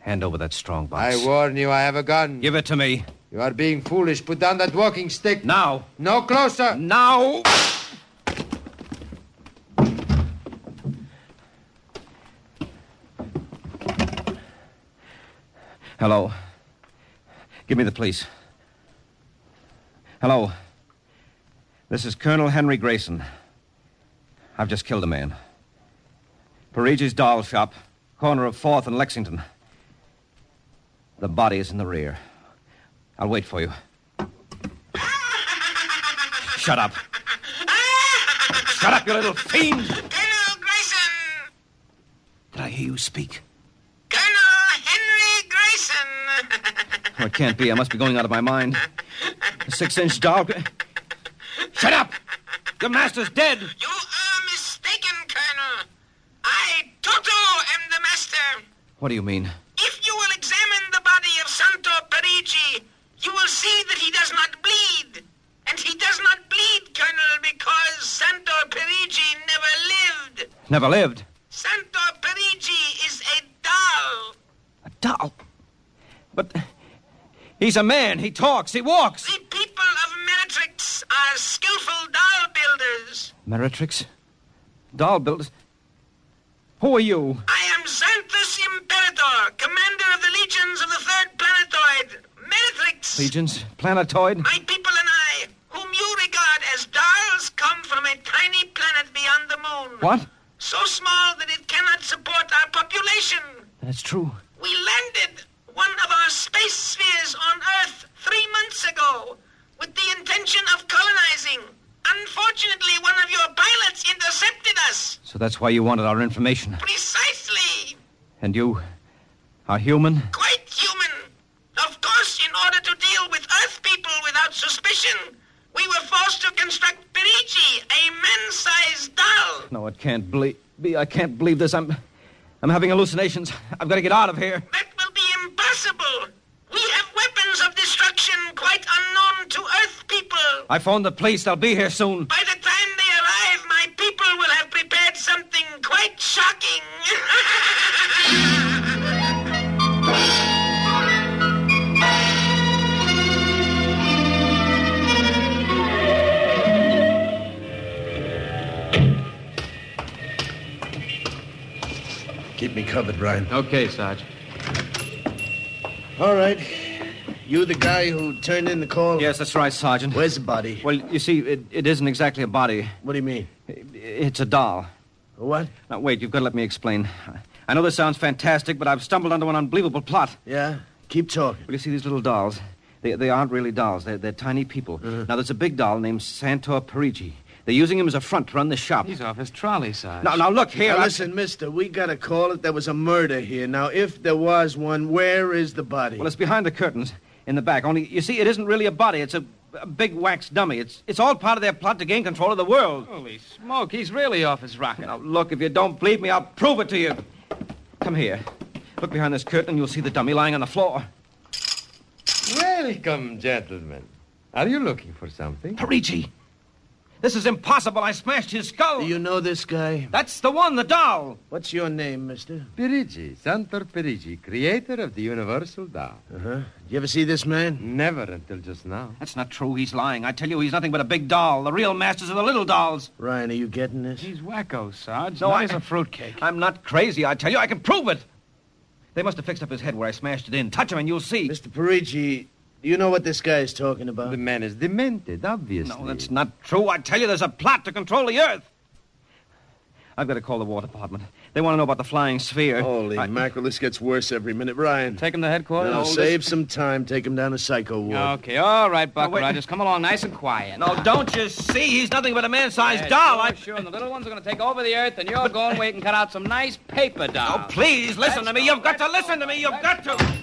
Speaker 16: Hand over that strong box.
Speaker 17: I warn you, I have a gun.
Speaker 16: Give it to me.
Speaker 17: You are being foolish. Put down that walking stick.
Speaker 16: Now.
Speaker 17: No closer.
Speaker 16: Now. Hello. Give me the police. Hello. This is Colonel Henry Grayson. I've just killed a man. Parigi's doll shop, corner of 4th and Lexington. The body is in the rear. I'll wait for you. Shut up. Shut up, you little fiend!
Speaker 2: Colonel Grayson!
Speaker 16: Did I hear you speak?
Speaker 2: Colonel Henry Grayson!
Speaker 16: Oh, it can't be. I must be going out of my mind. A six inch dog. Shut up! Your master's dead!
Speaker 2: you are mistaken, Colonel. I, Toto, am the master.
Speaker 16: What do you mean?
Speaker 2: If you will examine the body of Santo Parigi, you will see that he does not bleed. And he does not bleed, Colonel, because Santo Parigi never lived.
Speaker 16: Never lived.
Speaker 2: Santo Parigi is a doll.
Speaker 16: A doll? But he's a man. He talks. He walks.
Speaker 2: The people of Meretrix are skillful doll builders.
Speaker 16: Meretrix? Doll builders? Who are you?
Speaker 2: I am Xanthus Imperator, commander of the legions of the third planetoid, Meretrix.
Speaker 16: Legions? Planetoid?
Speaker 2: My people and I, whom you regard as dolls, come from a tiny planet beyond the moon.
Speaker 16: What?
Speaker 2: So small that it cannot support our population.
Speaker 16: That's true.
Speaker 2: We landed one of our space spheres on Earth three months ago with the intention of colonizing. Unfortunately, one of your pilots intercepted us.
Speaker 16: So that's why you wanted our information.
Speaker 2: Precisely.
Speaker 16: And you are human?
Speaker 2: Quite human. Of course, in order to deal with Earth people without suspicion, we were forced to construct Perici, a man-sized doll.
Speaker 16: No, it can't ble- be. I can't believe this. I'm, I'm having hallucinations. I've got to get out of here.
Speaker 2: That will be impossible. We have weapons of destruction quite unknown to Earth people.
Speaker 16: I phoned the police. They'll be here soon.
Speaker 2: By the time they arrive, my people will have prepared something quite shocking.
Speaker 4: Keep me covered, Brian.
Speaker 20: Okay, Sarge.
Speaker 4: All right. You the guy who turned in the call?
Speaker 16: Yes, that's right, Sergeant.
Speaker 4: Where's the body?
Speaker 16: Well, you see, it, it isn't exactly a body.
Speaker 4: What do you mean?
Speaker 16: It's a doll.
Speaker 4: A what?
Speaker 16: Now, wait, you've got to let me explain. I know this sounds fantastic, but I've stumbled onto an unbelievable plot.
Speaker 4: Yeah? Keep talking.
Speaker 16: Well, you see, these little dolls, they, they aren't really dolls. They're, they're tiny people.
Speaker 4: Uh-huh.
Speaker 16: Now, there's a big doll named Santor Parigi. They're using him as a front to run the shop.
Speaker 20: He's off his trolley, Sarge.
Speaker 16: Now, now, look here.
Speaker 4: Now,
Speaker 16: I-
Speaker 4: listen, mister, we got to call it. There was a murder here. Now, if there was one, where is the body?
Speaker 16: Well, it's behind the curtains in the back. Only, you see, it isn't really a body. It's a, a big wax dummy. It's, it's all part of their plot to gain control of the world.
Speaker 20: Holy smoke, he's really off his rocker.
Speaker 16: Now, look, if you don't believe me, I'll prove it to you. Come here. Look behind this curtain, and you'll see the dummy lying on the floor.
Speaker 17: Welcome, gentlemen. Are you looking for something?
Speaker 16: Parigi! This is impossible. I smashed his skull.
Speaker 4: Do you know this guy?
Speaker 16: That's the one, the doll.
Speaker 4: What's your name, mister?
Speaker 17: Perigi, Santor Perigi, creator of the Universal Doll.
Speaker 4: Uh-huh. You ever see this man?
Speaker 17: Never until just now.
Speaker 16: That's not true. He's lying. I tell you, he's nothing but a big doll. The real masters are the little dolls.
Speaker 4: Ryan, are you getting this?
Speaker 20: He's wacko, Sarge.
Speaker 16: No,
Speaker 21: No,
Speaker 16: I-
Speaker 21: he's a fruitcake.
Speaker 16: I'm not crazy, I tell you. I can prove it. They must have fixed up his head where I smashed it in. Touch him and you'll see.
Speaker 4: Mr. Parigi, do you know what this guy is talking about?
Speaker 17: The man is demented, obviously.
Speaker 16: No, that's not true. I tell you, there's a plot to control the Earth. I've got to call the War Department. They want to know about the flying sphere.
Speaker 4: Holy mackerel, this gets worse every minute. Ryan.
Speaker 20: Take him to headquarters.
Speaker 4: No,
Speaker 20: Hold
Speaker 4: save some time. Take him down to Psycho Ward.
Speaker 20: it. Okay, all right, Buck
Speaker 16: wait.
Speaker 20: Rogers. Come along nice and quiet.
Speaker 16: No, don't you see? He's nothing but a man-sized
Speaker 20: Yeah,
Speaker 16: doll.
Speaker 20: Sure,
Speaker 16: I...
Speaker 20: sure. And the little ones are going to take over the earth, and you're going where you can cut out some nice paper dolls.
Speaker 16: Oh, please, listen to me. You've got to listen to me. You've got to.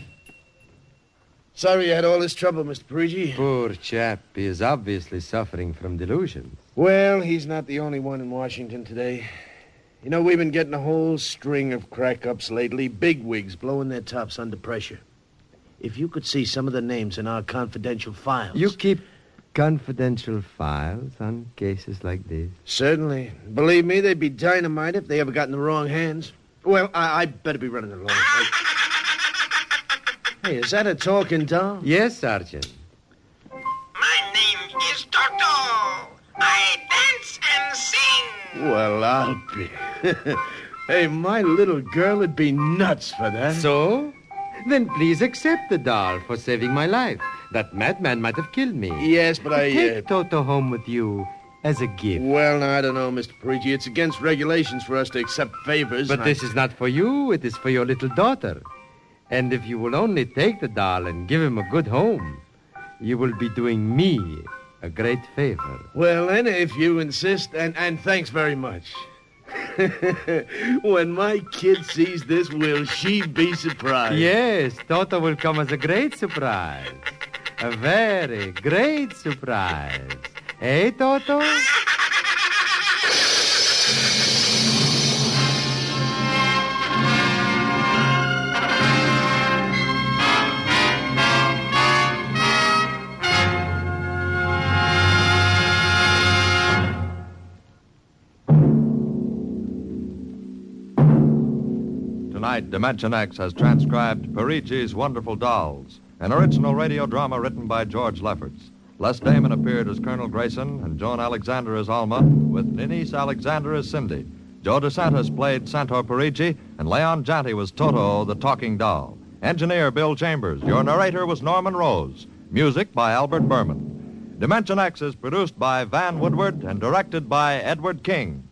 Speaker 4: Sorry you had all this trouble, Mr. Parigi.
Speaker 17: Poor chap. He is obviously suffering from delusions.
Speaker 4: Well, he's not the only one in Washington today. You know, we've been getting a whole string of crack ups lately, big wigs blowing their tops under pressure. If you could see some of the names in our confidential files.
Speaker 17: You keep confidential files on cases like this.
Speaker 4: Certainly. Believe me, they'd be dynamite if they ever got in the wrong hands. Well, I, I better be running along. hey, is that a talking doll?
Speaker 17: Yes, Sergeant.
Speaker 2: My name is Toto. I dance and sing.
Speaker 4: Well, I'll be. hey, my little girl would be nuts for that.
Speaker 17: So? Then please accept the doll for saving my life. That madman might have killed me.
Speaker 4: Yes, but I. Uh,
Speaker 17: Take Toto home with you as a gift.
Speaker 4: well, now, I don't know, Mr. Parigi. It's against regulations for us to accept favors.
Speaker 17: But
Speaker 4: and I-
Speaker 17: this is not for you, it is for your little daughter. And if you will only take the doll and give him a good home, you will be doing me a great favor.
Speaker 4: Well, then, if you insist, and, and thanks very much. when my kid sees this, will she be surprised?
Speaker 17: Yes, Toto will come as a great surprise. A very great surprise. Eh, Hey, Toto?
Speaker 11: Tonight, Dimension X has transcribed Parigi's Wonderful Dolls, an original radio drama written by George Lefferts. Les Damon appeared as Colonel Grayson and Joan Alexander as Alma, with Denise Alexander as Cindy. Joe DeSantis played Santor Parigi, and Leon Jante was Toto, the talking doll. Engineer Bill Chambers. Your narrator was Norman Rose. Music by Albert Berman. Dimension X is produced by Van Woodward and directed by Edward King.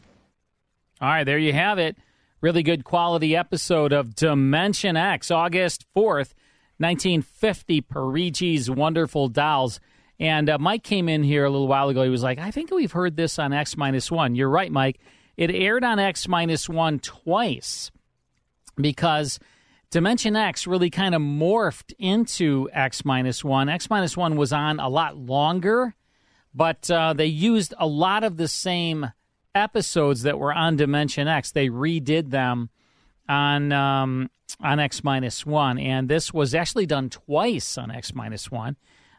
Speaker 5: All right, there you have it. Really good quality episode of Dimension X, August 4th, 1950, Parigi's Wonderful Dolls. And uh, Mike came in here a little while ago. He was like, I think we've heard this on X Minus One. You're right, Mike. It aired on X Minus One twice because Dimension X really kind of morphed into X Minus One. X Minus One was on a lot longer but uh, they used a lot of the same episodes that were on Dimension X. They redid them on um, on X minus one, and this was actually done twice on X minus one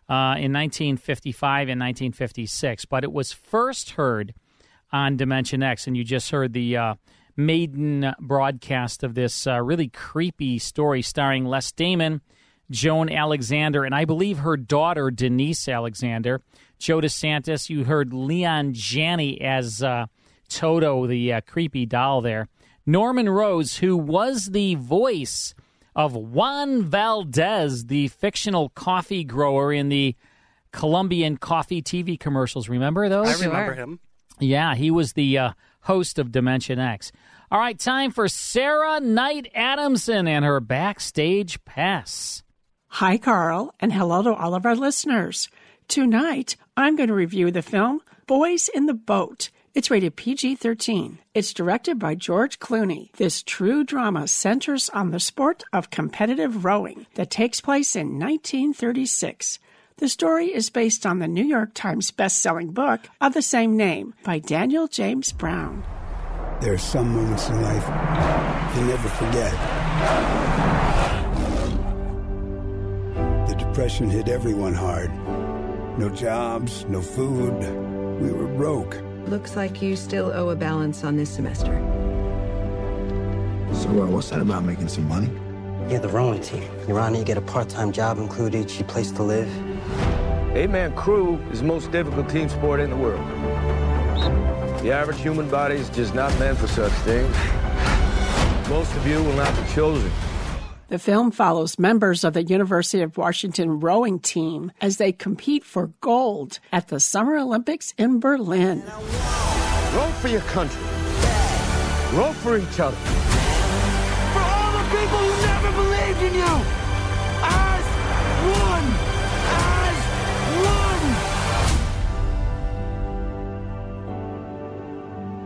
Speaker 5: uh, in 1955 and 1956. But it was first heard on Dimension X, and you just heard the uh, maiden broadcast of this uh, really creepy story starring Les Damon. Joan Alexander, and I believe her daughter Denise Alexander. Joe DeSantis. You heard Leon Janney as uh, Toto, the uh, creepy doll there. Norman Rose, who was the voice of Juan Valdez, the fictional coffee grower in the Colombian coffee TV commercials. Remember those?
Speaker 9: I remember him.
Speaker 5: Yeah, he was the uh, host of Dimension X. All right, time for Sarah Knight Adamson and her backstage pass.
Speaker 22: Hi, Carl, and hello to all of our listeners. Tonight, I'm going to review the film Boys in the Boat. It's rated PG 13. It's directed by George Clooney. This true drama centers on the sport of competitive rowing that takes place in 1936. The story is based on the New York Times best-selling book of the same name by Daniel James Brown.
Speaker 23: There are some moments in life you never forget. The depression hit everyone hard. No jobs, no food. We were broke.
Speaker 24: Looks like you still owe a balance on this semester.
Speaker 23: So, uh, what's that about making some money?
Speaker 25: You're the rowing team. Your Honor, you get a part time job included, your place to live.
Speaker 26: Eight man crew is the most difficult team sport in the world. The average human body is just not meant for such things. Most of you will not be chosen.
Speaker 22: The film follows members of the University of Washington rowing team as they compete for gold at the Summer Olympics in Berlin.
Speaker 26: Row for your country. Row for each other.
Speaker 8: For all the people who never believed in you. As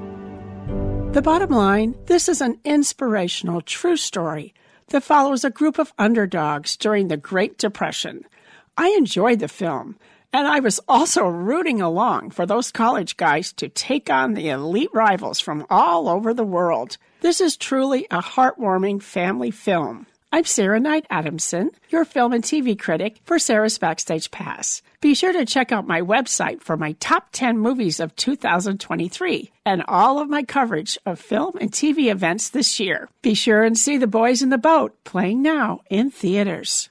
Speaker 8: one. As one.
Speaker 22: The bottom line this is an inspirational true story that follows a group of underdogs during the Great Depression. I enjoyed the film, and I was also rooting along for those college guys to take on the elite rivals from all over the world. This is truly a heartwarming family film. I'm Sarah Knight Adamson, your film and TV critic for Sarah's Backstage Pass. Be sure to check out my website for my top 10 movies of 2023 and all of my coverage of film and TV events this year. Be sure and see The Boys in the Boat playing now in theaters.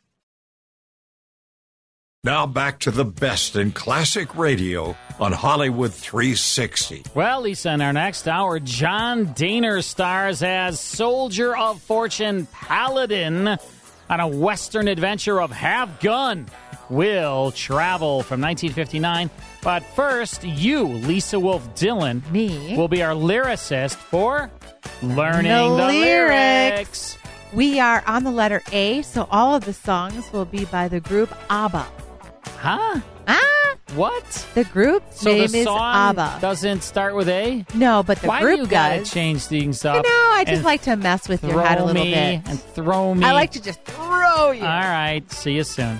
Speaker 1: Now back to the best in classic radio on Hollywood 360.
Speaker 5: Well, Lisa, in our next hour, John Daner stars as Soldier of Fortune Paladin on a Western adventure of Have Gun Will Travel from 1959. But first, you, Lisa Wolf Dillon,
Speaker 6: me,
Speaker 5: will be our lyricist for Learning
Speaker 6: The
Speaker 5: the,
Speaker 6: lyrics.
Speaker 5: lyrics.
Speaker 6: We are on the letter A, so all of the songs will be by the group ABBA.
Speaker 5: Huh?
Speaker 6: Ah!
Speaker 5: What?
Speaker 6: The group
Speaker 5: So
Speaker 6: name
Speaker 5: the
Speaker 6: is
Speaker 5: song
Speaker 6: ABBA.
Speaker 5: doesn't start with A?
Speaker 6: No, but the
Speaker 5: Why
Speaker 6: group
Speaker 5: do you gotta
Speaker 6: does.
Speaker 5: change things
Speaker 6: You
Speaker 5: up?
Speaker 6: know, I just
Speaker 5: and
Speaker 6: like to mess with your
Speaker 5: throw
Speaker 6: head a little
Speaker 5: me
Speaker 6: bit.
Speaker 5: and throw me.
Speaker 6: I like to just throw you.
Speaker 5: All right. See you soon.